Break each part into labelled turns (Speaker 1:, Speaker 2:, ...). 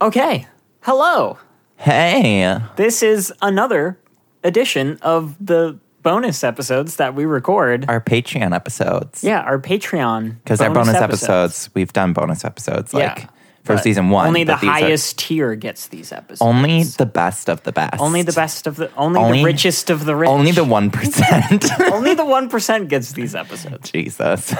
Speaker 1: Okay. Hello.
Speaker 2: Hey.
Speaker 1: This is another edition of the bonus episodes that we record.
Speaker 2: Our Patreon episodes.
Speaker 1: yeah, our Patreon.
Speaker 2: Because our bonus episodes, we've done bonus episodes
Speaker 1: Yeah,
Speaker 2: like for
Speaker 1: but
Speaker 2: season one.
Speaker 1: Only the
Speaker 2: but these are-
Speaker 1: highest tier gets these episodes.
Speaker 2: only the best of the best.
Speaker 1: Only the best of the only,
Speaker 2: Only-
Speaker 1: the richest of the rich.
Speaker 2: Only the one percent.
Speaker 1: only the 1% gets these episodes.
Speaker 2: Jesus.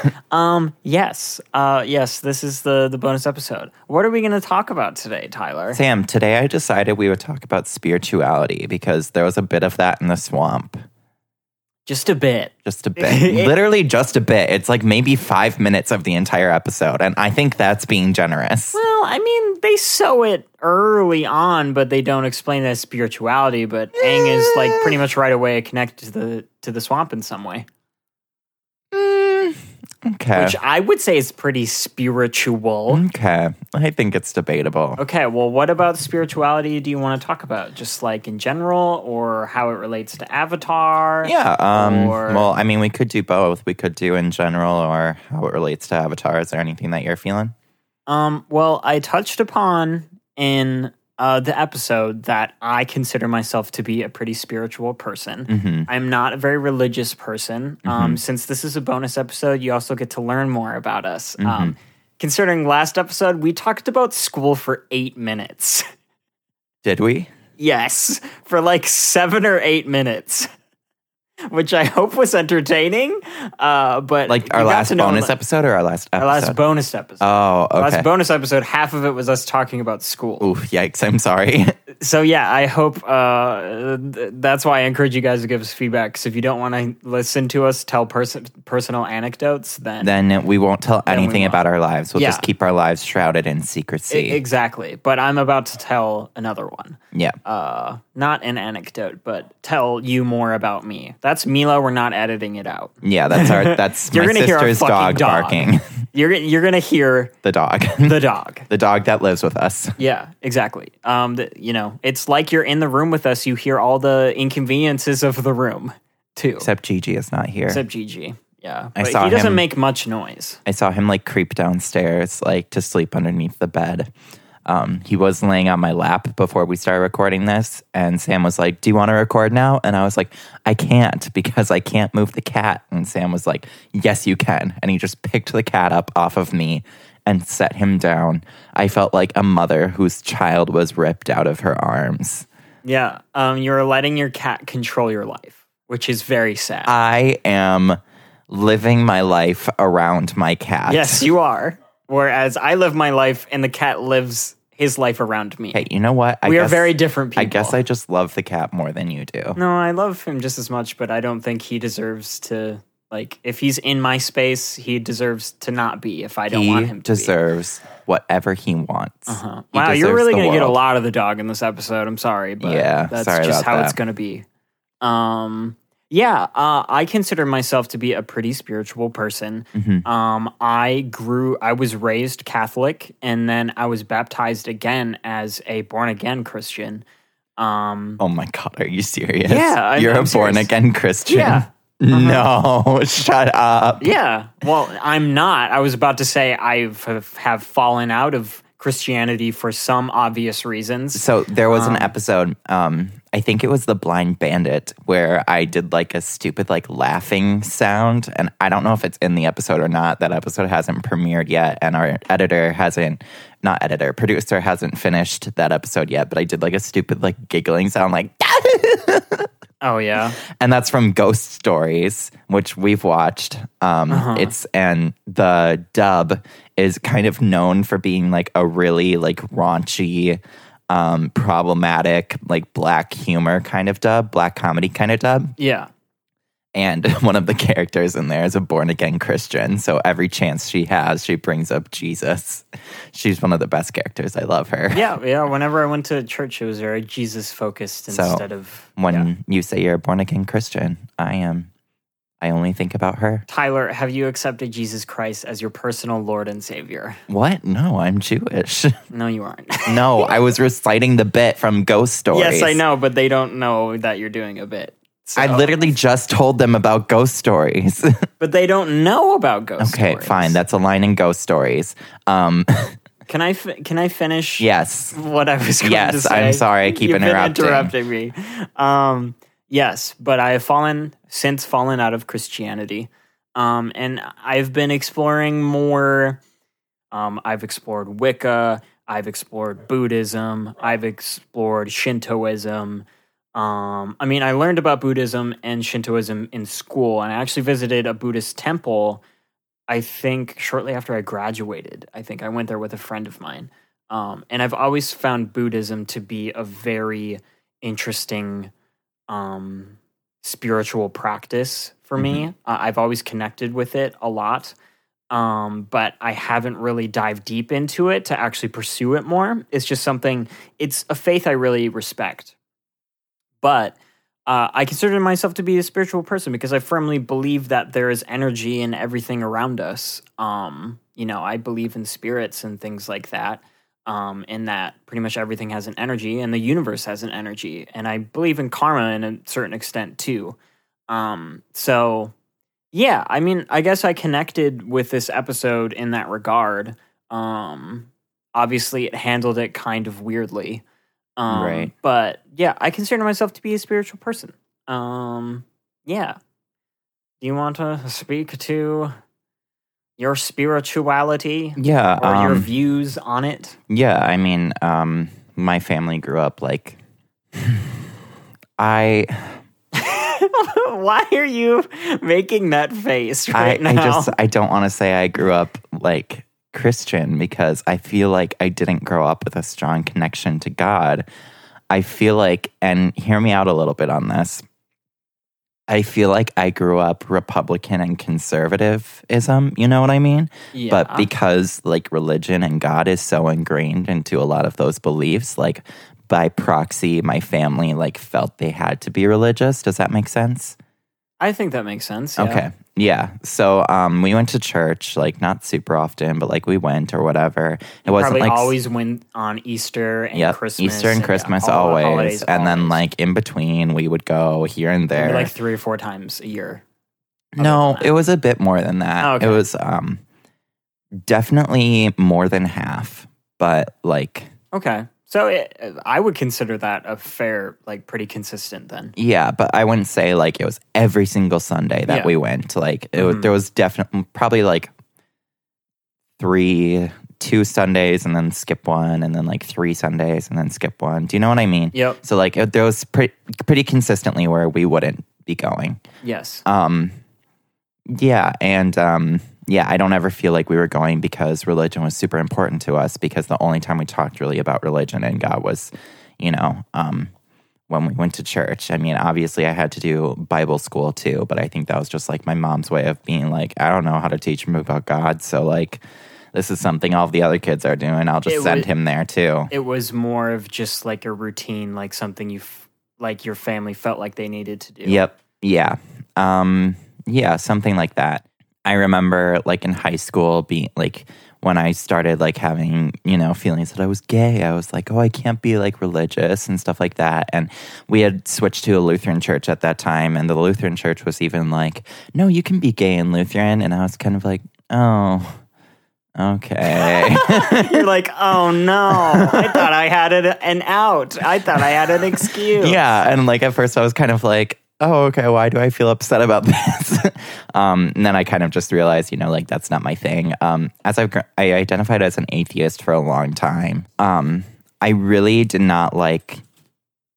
Speaker 1: Yes. Uh yes, this is the the bonus episode. What are we going to talk about today, Tyler?
Speaker 2: Sam, today I decided we would talk about spirituality because there was a bit of that in the swamp.
Speaker 1: Just a bit.
Speaker 2: Just a bit. Literally just a bit. It's like maybe five minutes of the entire episode. And I think that's being generous.
Speaker 1: Well, I mean, they sow it early on, but they don't explain that spirituality. But Aang is like pretty much right away connected to the to the swamp in some way,
Speaker 2: Okay.
Speaker 1: which I would say is pretty spiritual.
Speaker 2: okay. I think it's debatable.
Speaker 1: Okay, well, what about spirituality? Do you want to talk about just like in general, or how it relates to Avatar?
Speaker 2: Yeah. Um,
Speaker 1: Or-
Speaker 2: well, I mean, we could do both. We could do in general or how it relates to Avatar. Is there anything that you're feeling?
Speaker 1: Um, well, I touched upon in uh, the episode that I consider myself to be a pretty spiritual person.
Speaker 2: Mm-hmm.
Speaker 1: I'm not a very religious person. Um, since this is a bonus episode, you also get to learn more about us.
Speaker 2: Mm-hmm.
Speaker 1: Um, considering last episode, we talked about school for eight minutes.
Speaker 2: Did we?
Speaker 1: yes, for like seven or eight minutes. Which I hope was entertaining, uh, but
Speaker 2: Like
Speaker 1: we
Speaker 2: our
Speaker 1: got
Speaker 2: last
Speaker 1: to know-
Speaker 2: bonus episode or our last episode?
Speaker 1: Our last bonus episode.
Speaker 2: oh, okay.
Speaker 1: Last bonus episode, half of it was us talking about school.
Speaker 2: Oof, yikes. I'm sorry.
Speaker 1: So yeah, I hope uh, th- that's why I encourage you guys to give us feedback. Because if you don't want to listen to us tell person personal anecdotes, then,
Speaker 2: then we won't tell
Speaker 1: we
Speaker 2: anything
Speaker 1: won't.
Speaker 2: about our lives. We'll just
Speaker 1: Yeah. E-,
Speaker 2: keep our lives shrouded in
Speaker 1: I-
Speaker 2: secrecy.
Speaker 1: exactly. But I'm about to tell another one.
Speaker 2: yeah.
Speaker 1: Uh, not an anecdote, but tell you more about me. That's Mila. We're not editing it out.
Speaker 2: yeah, that's our that's
Speaker 1: You're
Speaker 2: my
Speaker 1: gonna hear a
Speaker 2: sister's
Speaker 1: fucking
Speaker 2: dog,
Speaker 1: dog.
Speaker 2: barking.
Speaker 1: You're you're gonna hear
Speaker 2: the dog.
Speaker 1: the dog.
Speaker 2: the dog that lives with us.
Speaker 1: Yeah, exactly. Um, th- you know, it's like you're in the room with us. You hear all the inconveniences of the room too.
Speaker 2: Except Gigi is not here.
Speaker 1: Except Gigi. Yeah.
Speaker 2: I
Speaker 1: but
Speaker 2: saw
Speaker 1: he doesn't
Speaker 2: him-
Speaker 1: make much noise.
Speaker 2: I saw him like creep downstairs, like to sleep underneath the bed. Um, he was laying on my lap before we started recording this, and Sam was like, "Do you want to record now?" And I was like, "I can't because I can't move the cat." And Sam was like, "Yes, you can." And he just picked the cat up off of me and set him down. I felt like a mother whose child was ripped out of her arms.
Speaker 1: Yeah. Um, you're letting your cat control your life, which is very sad.
Speaker 2: I am living my life around my cat.
Speaker 1: yes, you are. Whereas I live my life and the cat lives his life around me.
Speaker 2: Hey, you know what? I
Speaker 1: we are
Speaker 2: guess-
Speaker 1: very different people.
Speaker 2: I guess I just love the cat more than you do.
Speaker 1: No, I love him just as much, but I don't think he deserves to. Like, if he's in my space, he deserves to not be if I don't want
Speaker 2: He
Speaker 1: him to be.
Speaker 2: deserves whatever he wants.
Speaker 1: Huh.
Speaker 2: He
Speaker 1: Wow, you're
Speaker 2: deserves
Speaker 1: really
Speaker 2: the
Speaker 1: going to get a
Speaker 2: world.
Speaker 1: lot of the dog in this episode. I'm sorry, but
Speaker 2: Yeah,
Speaker 1: that's
Speaker 2: sorry
Speaker 1: just
Speaker 2: about
Speaker 1: how
Speaker 2: that.
Speaker 1: it's going to be. Um, yeah, uh, I consider myself to be a pretty spiritual person.
Speaker 2: Mm-hmm.
Speaker 1: Um, I grew, I was raised Catholic, and then I was baptized again as a born again Christian. Um,
Speaker 2: Oh my god, are you serious?
Speaker 1: Yeah, I'm-
Speaker 2: you're
Speaker 1: I'm
Speaker 2: a
Speaker 1: serious.
Speaker 2: born again Christian.
Speaker 1: Yeah. Uh-huh.
Speaker 2: No, shut up.
Speaker 1: yeah, well, I'm not. I was about to say I have, have fallen out of Christianity for some obvious reasons.
Speaker 2: So there was an episode. Um, I think it was the Blind Bandit where I did like a stupid like laughing sound, and I don't know if it's in the episode or not. That episode hasn't premiered yet, and our editor hasn't, not editor, producer hasn't finished that episode yet. But I did like a stupid like giggling sound, like
Speaker 1: Oh, yeah.
Speaker 2: and that's from Ghost Stories, which we've watched. Um, It's and the dub is kind of known for being like a really like raunchy, um, problematic, like black humor kind of dub, black comedy kind of dub.
Speaker 1: Yeah.
Speaker 2: And one of the characters in there is a born again Christian, so every chance she has, she brings up Jesus. She's one of the best characters. I love her.
Speaker 1: Yeah, yeah. Whenever I went to church, it was very Jesus focused instead of
Speaker 2: When you say you're a born again Christian, I am. I only think about her.
Speaker 1: Tyler. Have you accepted Jesus Christ as your personal Lord and Savior?
Speaker 2: What? No, I'm Jewish.
Speaker 1: No, you aren't.
Speaker 2: no, I was reciting the bit from Ghost Stories.
Speaker 1: yes, I know, but they don't know that you're doing a bit. So-
Speaker 2: I literally just told them about Ghost Stories.
Speaker 1: but they don't know about ghost.
Speaker 2: okay,
Speaker 1: stories.
Speaker 2: fine. That's a line in Ghost Stories. Um,
Speaker 1: Can I fi- can I finish?
Speaker 2: Yes.
Speaker 1: what I was going to
Speaker 2: Yes,
Speaker 1: say.
Speaker 2: I'm sorry, I keep
Speaker 1: You've been
Speaker 2: interrupting.
Speaker 1: interrupting me. Um, yes, but I have fallen since fallen out of Christianity, um, and I've been exploring more. Um, I've explored Wicca. I've explored Buddhism. I've explored Shintoism. Um, I mean, I learned about Buddhism and Shintoism in school, and I actually visited a Buddhist temple. I think shortly after I graduated, I think I went there with a friend of mine. Um, and I've always found Buddhism to be a very interesting um, spiritual practice for me. Uh, I've always connected with it a lot, um, but I haven't really dived deep into it to actually pursue it more. It's just something, it's a faith I really respect. But uh, I consider myself to be a spiritual person because I firmly believe that there is energy in everything around us. Um, you know, I believe in spirits and things like that. Um, in that pretty much everything has an energy and the universe has an energy. And I believe in karma in a certain extent too. Um, so, yeah, I mean, I guess I connected with this episode in that regard. Um, obviously, it handled it kind of weirdly. Um,
Speaker 2: Right.
Speaker 1: But yeah, I consider myself to be a spiritual person. Um, yeah. Do you want to speak to your spirituality
Speaker 2: Yeah.
Speaker 1: or your
Speaker 2: um,
Speaker 1: views on it?
Speaker 2: Yeah, I mean, um, my family grew up like I
Speaker 1: Why are you making that face
Speaker 2: I,
Speaker 1: right
Speaker 2: I
Speaker 1: now?
Speaker 2: just I don't want to say I grew up like Christian because I feel like I didn't grow up with a strong connection to God. I feel like and hear me out a little bit on this. I feel like I grew up Republican and conservativism, you know what I mean?
Speaker 1: yeah.
Speaker 2: But because like religion and God is so ingrained into a lot of those beliefs, like by proxy, my family like felt they had to be religious. Does that make sense?
Speaker 1: I think that makes sense. yeah.
Speaker 2: Okay. Yeah. So um, we went to church, like not super often, but like we went or whatever. It wasn't
Speaker 1: Probably
Speaker 2: like
Speaker 1: always went on Easter and
Speaker 2: Yep,
Speaker 1: Christmas.
Speaker 2: Easter and
Speaker 1: yeah,
Speaker 2: Christmas
Speaker 1: all the
Speaker 2: always.
Speaker 1: holidays,
Speaker 2: and then
Speaker 1: always.
Speaker 2: like in between we would go here and there.
Speaker 1: Maybe like three or four times a year.
Speaker 2: No,
Speaker 1: than that?
Speaker 2: it was a bit more than that.
Speaker 1: Oh, okay.
Speaker 2: It was um definitely more than half, but like
Speaker 1: Okay. So it, I would consider that a fair, like pretty consistent then.
Speaker 2: Yeah, but I wouldn't say like it was every single Sunday that
Speaker 1: Yeah.
Speaker 2: we went. Like it was,
Speaker 1: Mhm.
Speaker 2: there was definitely probably like three, two Sundays, and then skip one, and then like three Sundays, and then skip one. Do you know what I mean?
Speaker 1: Yep.
Speaker 2: So like it, there was pretty pretty consistently where we wouldn't be going.
Speaker 1: Yes.
Speaker 2: Um, yeah, and um, yeah, I don't ever feel like we were going because religion was super important to us. Because the only time we talked really about religion and God was, you know, um, when we went to church. I mean, obviously, I had to do Bible school too, but I think that was just like my mom's way of being like, I don't know how to teach him about God, so like, this is something all the other kids are doing. I'll just
Speaker 1: It
Speaker 2: send
Speaker 1: was-
Speaker 2: him there too.
Speaker 1: It was more of just like a routine, like something you, f- like your family felt like they needed to do.
Speaker 2: Yep. Yeah. Um, yeah, something like that. I remember like in high school being like when I started like having, you know, feelings that I was gay, I was like, oh, I can't be like religious and stuff like that. And we had switched to a Lutheran church at that time. And the Lutheran church was even like, no, you can be gay in Lutheran. And I was kind of like, oh, okay.
Speaker 1: You're like, oh no, I thought I had an, an out. I thought I had an excuse.
Speaker 2: Yeah, and like at first I was kind of like, oh, okay, why do I feel upset about this? um, and then I kind of just realized, you know, like that's not my thing. Um, as I've gr- I identified as an atheist for a long time. Um, I really did not like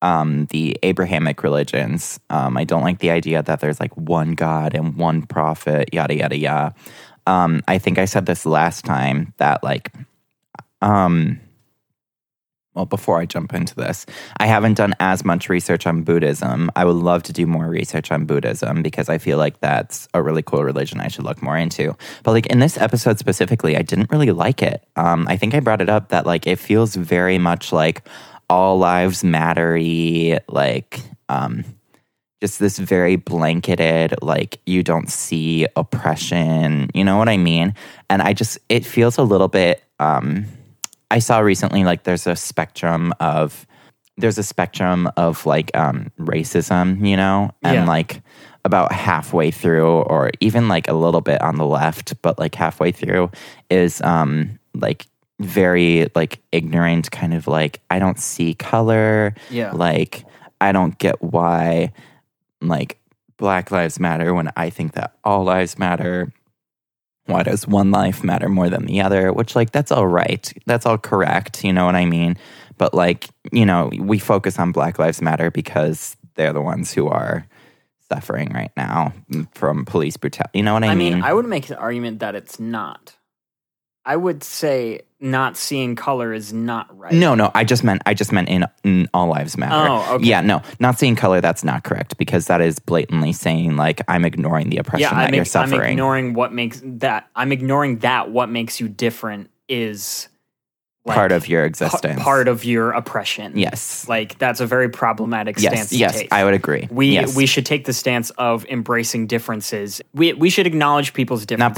Speaker 2: um, the Abrahamic religions. Um, I don't like the idea that there's like one God and one prophet, yada yada yada. Um, I think I said this last time that like um well before i jump into this i haven't done as much research on buddhism i would love to do more research on buddhism because i feel like that's a really cool religion i should look more into but like in this episode specifically i didn't really like it um, i think i brought it up that like it feels very much like all lives mattery like um, just this very blanketed like you don't see oppression you know what i mean and i just it feels a little bit um i saw recently like there's a spectrum of there's a spectrum of like um racism you know and
Speaker 1: Yeah.
Speaker 2: like about halfway through or even like a little bit on the left but like halfway through is um like very like ignorant kind of like I don't see color.
Speaker 1: Yeah.
Speaker 2: Like I don't get why like black lives matter when I think that all lives matter. Why does one life matter more than the other? Which like that's all right. That's all correct, you know what I mean? But like, you know, we focus on black lives matter because they're the ones who are suffering right now from police brutality. You know what I,
Speaker 1: I mean, I would make the argument that it's not. I would say not seeing color is not right.
Speaker 2: No, no. I just meant I just meant in, in all lives matter.
Speaker 1: Oh, okay.
Speaker 2: Yeah, no. Not seeing color. That's not correct because that is blatantly saying like I'm ignoring the oppression
Speaker 1: yeah,
Speaker 2: that
Speaker 1: I'm,
Speaker 2: you're
Speaker 1: ig- I'm
Speaker 2: suffering.
Speaker 1: ignoring what makes that. I'm ignoring that. What makes you different is like,
Speaker 2: part of your
Speaker 1: pa-
Speaker 2: existence.
Speaker 1: part of your oppression.
Speaker 2: Yes.
Speaker 1: like that's a very problematic
Speaker 2: Yes.
Speaker 1: stance. to
Speaker 2: Yes.
Speaker 1: take.
Speaker 2: I would agree.
Speaker 1: We
Speaker 2: yes.
Speaker 1: we should take the stance of embracing differences. We we should acknowledge people's differences.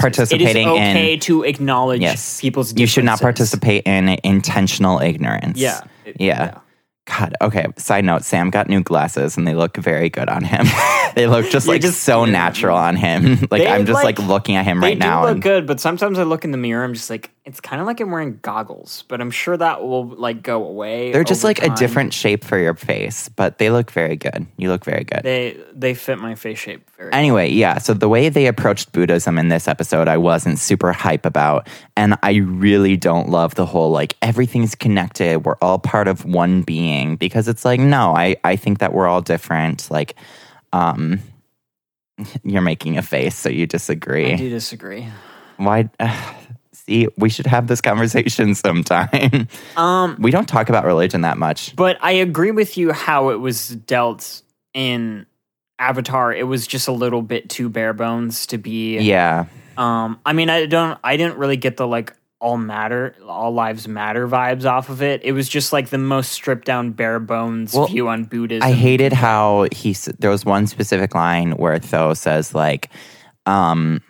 Speaker 1: It
Speaker 2: participating
Speaker 1: is
Speaker 2: in-
Speaker 1: okay to acknowledge
Speaker 2: yes.
Speaker 1: people's. differences.
Speaker 2: you should not participate in intentional ignorance.
Speaker 1: Yeah.
Speaker 2: Yeah. God. Okay. Side note: Sam got new glasses, and they look very good on him. they look just
Speaker 1: You
Speaker 2: like
Speaker 1: just-
Speaker 2: so natural on him. like
Speaker 1: They,
Speaker 2: I'm just
Speaker 1: like-
Speaker 2: like, looking at him
Speaker 1: They
Speaker 2: right
Speaker 1: do
Speaker 2: now.
Speaker 1: look
Speaker 2: and,
Speaker 1: good, but sometimes I look in the mirror. I'm just like, it's kind of like I'm wearing goggles, but I'm sure that will like go away.
Speaker 2: They're just
Speaker 1: over
Speaker 2: like
Speaker 1: time.
Speaker 2: a different shape for your face, but they look very good. You look very good.
Speaker 1: They they fit my face shape very.
Speaker 2: Anyway, yeah, so the way they approached Buddhism in this episode, I wasn't super hype about. And I really don't love the whole like everything's connected, we're all part of one being, because it's like, no, I, I think that we're all different. Like, um, you're making a face, so you disagree.
Speaker 1: I do disagree.
Speaker 2: Why? see, we should have this conversation sometime.
Speaker 1: Um,
Speaker 2: we don't talk about religion that much.
Speaker 1: but I agree with you how it was dealt in Avatar. It was just a little bit too bare bones to be.
Speaker 2: Yeah.
Speaker 1: Um, I mean, I don't. I didn't really get the like all matter, all lives matter vibes off of it. It was just like the most stripped down, bare bones
Speaker 2: Well,
Speaker 1: view on Buddhism.
Speaker 2: I hated how he. s- There was one specific line where Tho says like, um,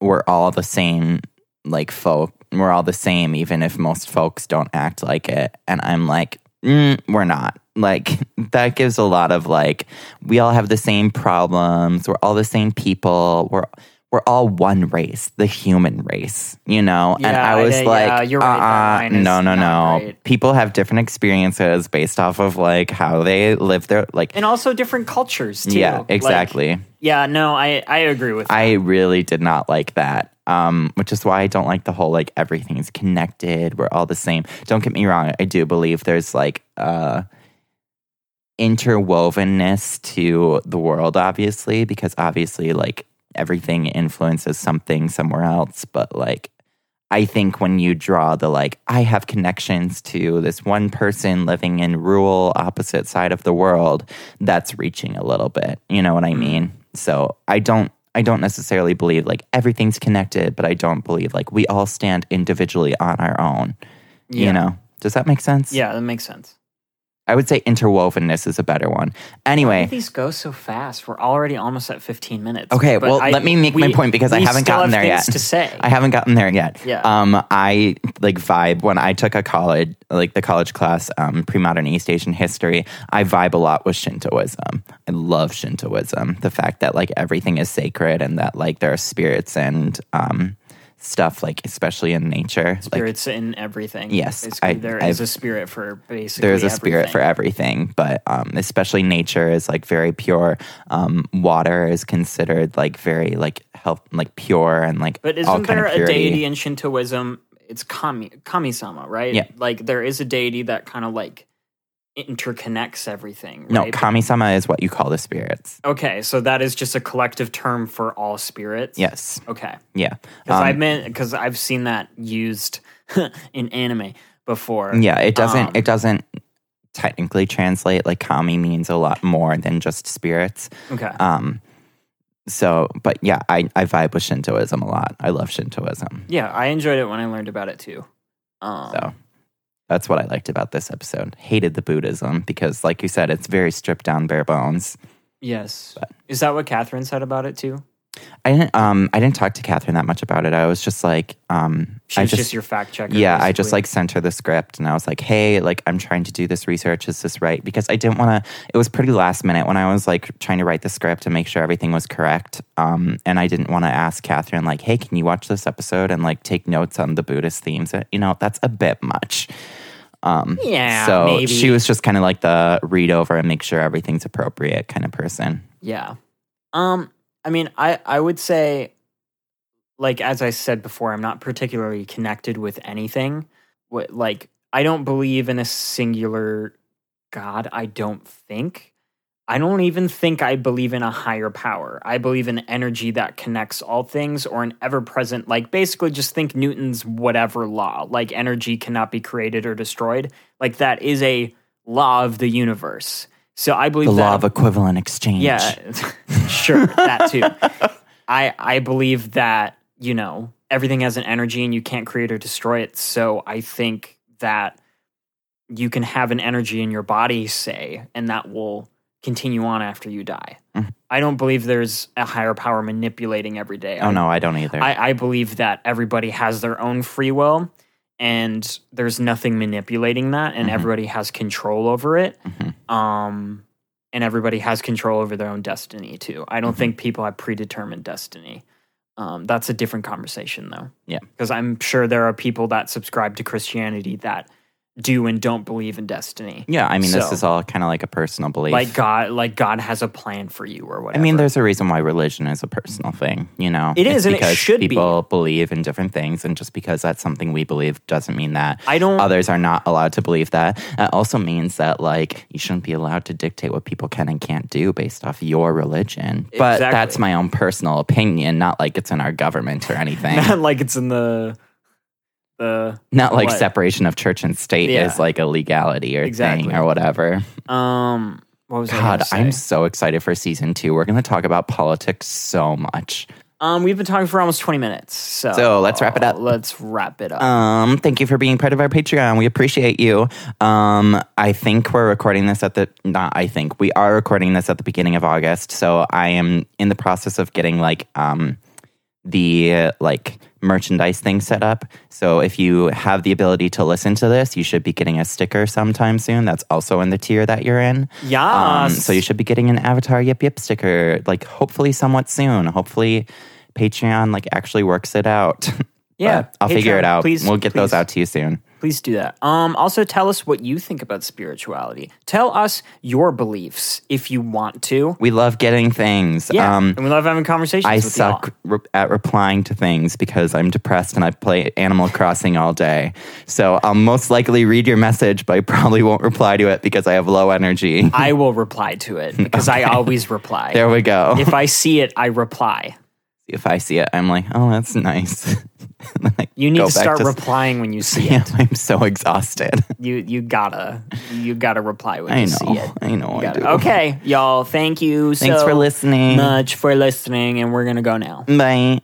Speaker 2: "We're all the same, like folk. We're all the same, even if most folks don't act like it." And I'm like, mm, "We're not." Like that gives a lot of like, we all have the same problems. We're all the same people. We're we're all one race, the human race, you know. and
Speaker 1: Yeah,
Speaker 2: I was
Speaker 1: yeah,
Speaker 2: like,
Speaker 1: yeah, you're right, that
Speaker 2: uh-uh,
Speaker 1: line is
Speaker 2: no, no,
Speaker 1: not
Speaker 2: no.
Speaker 1: great.
Speaker 2: People have different experiences based off of like how they live their like
Speaker 1: and also different cultures too.
Speaker 2: yeah,
Speaker 1: Like,
Speaker 2: exactly.
Speaker 1: yeah, no, I I agree with.
Speaker 2: I really did not like that. Um, which is why I don't like the whole like everything is connected. We're all the same. Don't get me wrong. I do believe there's like uh interwovenness to the world, obviously, because obviously like everything influences something somewhere else. But like, I think when you draw the like, I have connections to this one person living in rural opposite side of the world, that's reaching a little bit. You know what I mean?
Speaker 1: Mm-hmm.
Speaker 2: So I don't. I don't necessarily believe like everything's connected, but I don't believe like we all stand individually on our own.
Speaker 1: Yeah.
Speaker 2: You know, does that make sense?
Speaker 1: yeah, that makes sense.
Speaker 2: I would say interwovenness is a better one. Anyway,
Speaker 1: These go so fast. We're already almost at 15 minutes.
Speaker 2: Okay,
Speaker 1: But
Speaker 2: well,
Speaker 1: I-
Speaker 2: let me make my
Speaker 1: we-
Speaker 2: point because I
Speaker 1: we
Speaker 2: haven't
Speaker 1: still
Speaker 2: gotten
Speaker 1: have
Speaker 2: there
Speaker 1: things
Speaker 2: yet.
Speaker 1: To say,
Speaker 2: I haven't gotten there yet.
Speaker 1: Yeah.
Speaker 2: Um, I like vibe when I took a college, like the college class, um, pre-modern East Asian history. I vibe a lot with Shintoism. I love Shintoism. The fact that like everything is sacred and that like there are spirits and um stuff like especially in nature. like
Speaker 1: spirits in everything.
Speaker 2: Yes,
Speaker 1: basically,
Speaker 2: I-
Speaker 1: there is
Speaker 2: I've-
Speaker 1: a spirit for basically.
Speaker 2: there is a spirit for everything, but um, especially nature is like very pure. Um, water is considered like very like health, like pure and like
Speaker 1: But
Speaker 2: all
Speaker 1: isn't
Speaker 2: kind
Speaker 1: there
Speaker 2: of
Speaker 1: a
Speaker 2: purity.
Speaker 1: deity in Shintoism? It's kami kami-sama, right?
Speaker 2: Yeah.
Speaker 1: Like there is a deity that kind of like interconnects everything.
Speaker 2: No,
Speaker 1: right?
Speaker 2: kami-sama is what you call the spirits.
Speaker 1: okay, so that is just a collective term for all spirits.
Speaker 2: Yes.
Speaker 1: Okay.
Speaker 2: Yeah.
Speaker 1: Because
Speaker 2: Um,
Speaker 1: I've been because I've seen that used in anime before.
Speaker 2: yeah, it doesn't
Speaker 1: um,
Speaker 2: it doesn't technically translate like kami means a lot more than just spirits.
Speaker 1: Okay.
Speaker 2: Um so but yeah, I, I vibe with Shintoism a lot. I love Shintoism.
Speaker 1: yeah, I enjoyed it when I learned about it too. Um,
Speaker 2: So that's what I liked about this episode. Hated the Buddhism because like you said, it's very stripped down bare bones.
Speaker 1: Yes. Is that what Catherine said about it too?
Speaker 2: I didn't. Um, I didn't talk to Catherine that much about it. I was just like, um,
Speaker 1: She
Speaker 2: I
Speaker 1: was just,
Speaker 2: just,
Speaker 1: your fact checker.
Speaker 2: yeah, I just
Speaker 1: basically.
Speaker 2: like sent her the script and I was like, hey, like I'm trying to do this research. Is this right? Because I didn't want to. It was pretty last minute when I was like trying to write the script and make sure everything was correct. Um, and I didn't want to ask Catherine like, hey, can you watch this episode and like take notes on the Buddhist themes? Uh, You know, that's a bit much. Um,
Speaker 1: yeah.
Speaker 2: so
Speaker 1: maybe.
Speaker 2: she was just kind of like the read over and make sure everything's appropriate kind of person.
Speaker 1: Yeah. Um, I mean, I, I would say, like, as I said before, I'm not particularly connected with anything. What, like, I don't believe in a singular God, I don't think. I don't even think I believe in a higher power. I believe in energy that connects all things or an ever present, like, basically just think Newton's whatever law, like, energy cannot be created or destroyed. Like, that is a law of the universe. So I believe
Speaker 2: The
Speaker 1: that
Speaker 2: law of equivalent exchange.
Speaker 1: yeah, sure, that too. I I believe that you know everything has an energy and you can't create or destroy it. So I think that you can have an energy in your body, say, and that will continue on after you die.
Speaker 2: Mhm.
Speaker 1: I don't believe there's a higher power manipulating every day.
Speaker 2: Oh no, I don't either.
Speaker 1: I, I believe that everybody has their own free will and there's nothing manipulating that and
Speaker 2: Mhm.
Speaker 1: everybody has control over it
Speaker 2: Mhm.
Speaker 1: um, and everybody has control over their own destiny too i don't
Speaker 2: Mm-hmm.
Speaker 1: think people have predetermined destiny um, that's a different conversation though
Speaker 2: Yeah.
Speaker 1: because i'm sure there are people that subscribe to christianity that do and don't believe in destiny
Speaker 2: yeah, I mean, this
Speaker 1: So-
Speaker 2: is all kind of like a personal belief.
Speaker 1: like god like god has a plan for you or
Speaker 2: I
Speaker 1: whatever
Speaker 2: mean, there's a reason why religion is a personal thing, you know?
Speaker 1: It
Speaker 2: It's
Speaker 1: is, and it
Speaker 2: because
Speaker 1: should be.
Speaker 2: people believe in different things, and just because that's something we believe doesn't mean that
Speaker 1: I don't-
Speaker 2: others are not allowed to believe that. That also means that, like, you shouldn't be allowed to dictate what people can and can't do based off your religion. But
Speaker 1: Exactly.
Speaker 2: that's my own personal opinion, not like it's in our government or anything.
Speaker 1: not like it's in the the
Speaker 2: not like
Speaker 1: What?
Speaker 2: separation of church and state
Speaker 1: Yeah.
Speaker 2: is like a legality or
Speaker 1: Exactly.
Speaker 2: thing or whatever.
Speaker 1: Um, what was I gonna
Speaker 2: God, I'm
Speaker 1: say?
Speaker 2: so excited for season two. We're going to talk about politics so much.
Speaker 1: Um, we've been talking for almost 20 minutes, so
Speaker 2: So, let's wrap it up.
Speaker 1: Let's wrap it up.
Speaker 2: Um, thank you for being part of our Patreon. We appreciate you. Um, I think we're recording this at the not I think we are recording this at the beginning of August. So I am in the process of getting like um the uh, like merchandise thing set up. So if you have the ability to listen to this, you should be getting a sticker sometime soon. That's also in the tier that you're in.
Speaker 1: yeah.
Speaker 2: Um, so you should be getting an Avatar Yip Yip sticker, like hopefully somewhat soon. Hopefully Patreon like actually works it out.
Speaker 1: Yeah,
Speaker 2: But I'll figure it
Speaker 1: Patreon,
Speaker 2: out.
Speaker 1: please,
Speaker 2: we'll get those
Speaker 1: please.
Speaker 2: out to you soon.
Speaker 1: Please do that. Um, also tell us what you think about spirituality. Tell us your beliefs if you want to.
Speaker 2: We love getting things.
Speaker 1: Yeah,
Speaker 2: Um,
Speaker 1: and we love having conversations.
Speaker 2: I
Speaker 1: with
Speaker 2: suck re- at replying to things because I'm depressed and I play Animal Crossing all day. So I'll most likely read your message, but I probably won't reply to it because I have low energy.
Speaker 1: Y'all. I will reply to it because I always reply.
Speaker 2: there we go.
Speaker 1: if I see it, I reply.
Speaker 2: If I see it, I'm like, oh, that's nice. And then I
Speaker 1: You need
Speaker 2: go
Speaker 1: to
Speaker 2: back
Speaker 1: start
Speaker 2: s-
Speaker 1: replying when you see
Speaker 2: Yeah,
Speaker 1: it.
Speaker 2: I'm so exhausted.
Speaker 1: You you gotta you gotta reply when
Speaker 2: I
Speaker 1: you see it.
Speaker 2: know. I know. I
Speaker 1: Got it.
Speaker 2: do.
Speaker 1: Okay, y'all. Thank you.
Speaker 2: Thanks
Speaker 1: so
Speaker 2: for listening.
Speaker 1: Much for listening, and we're gonna go now.
Speaker 2: Bye.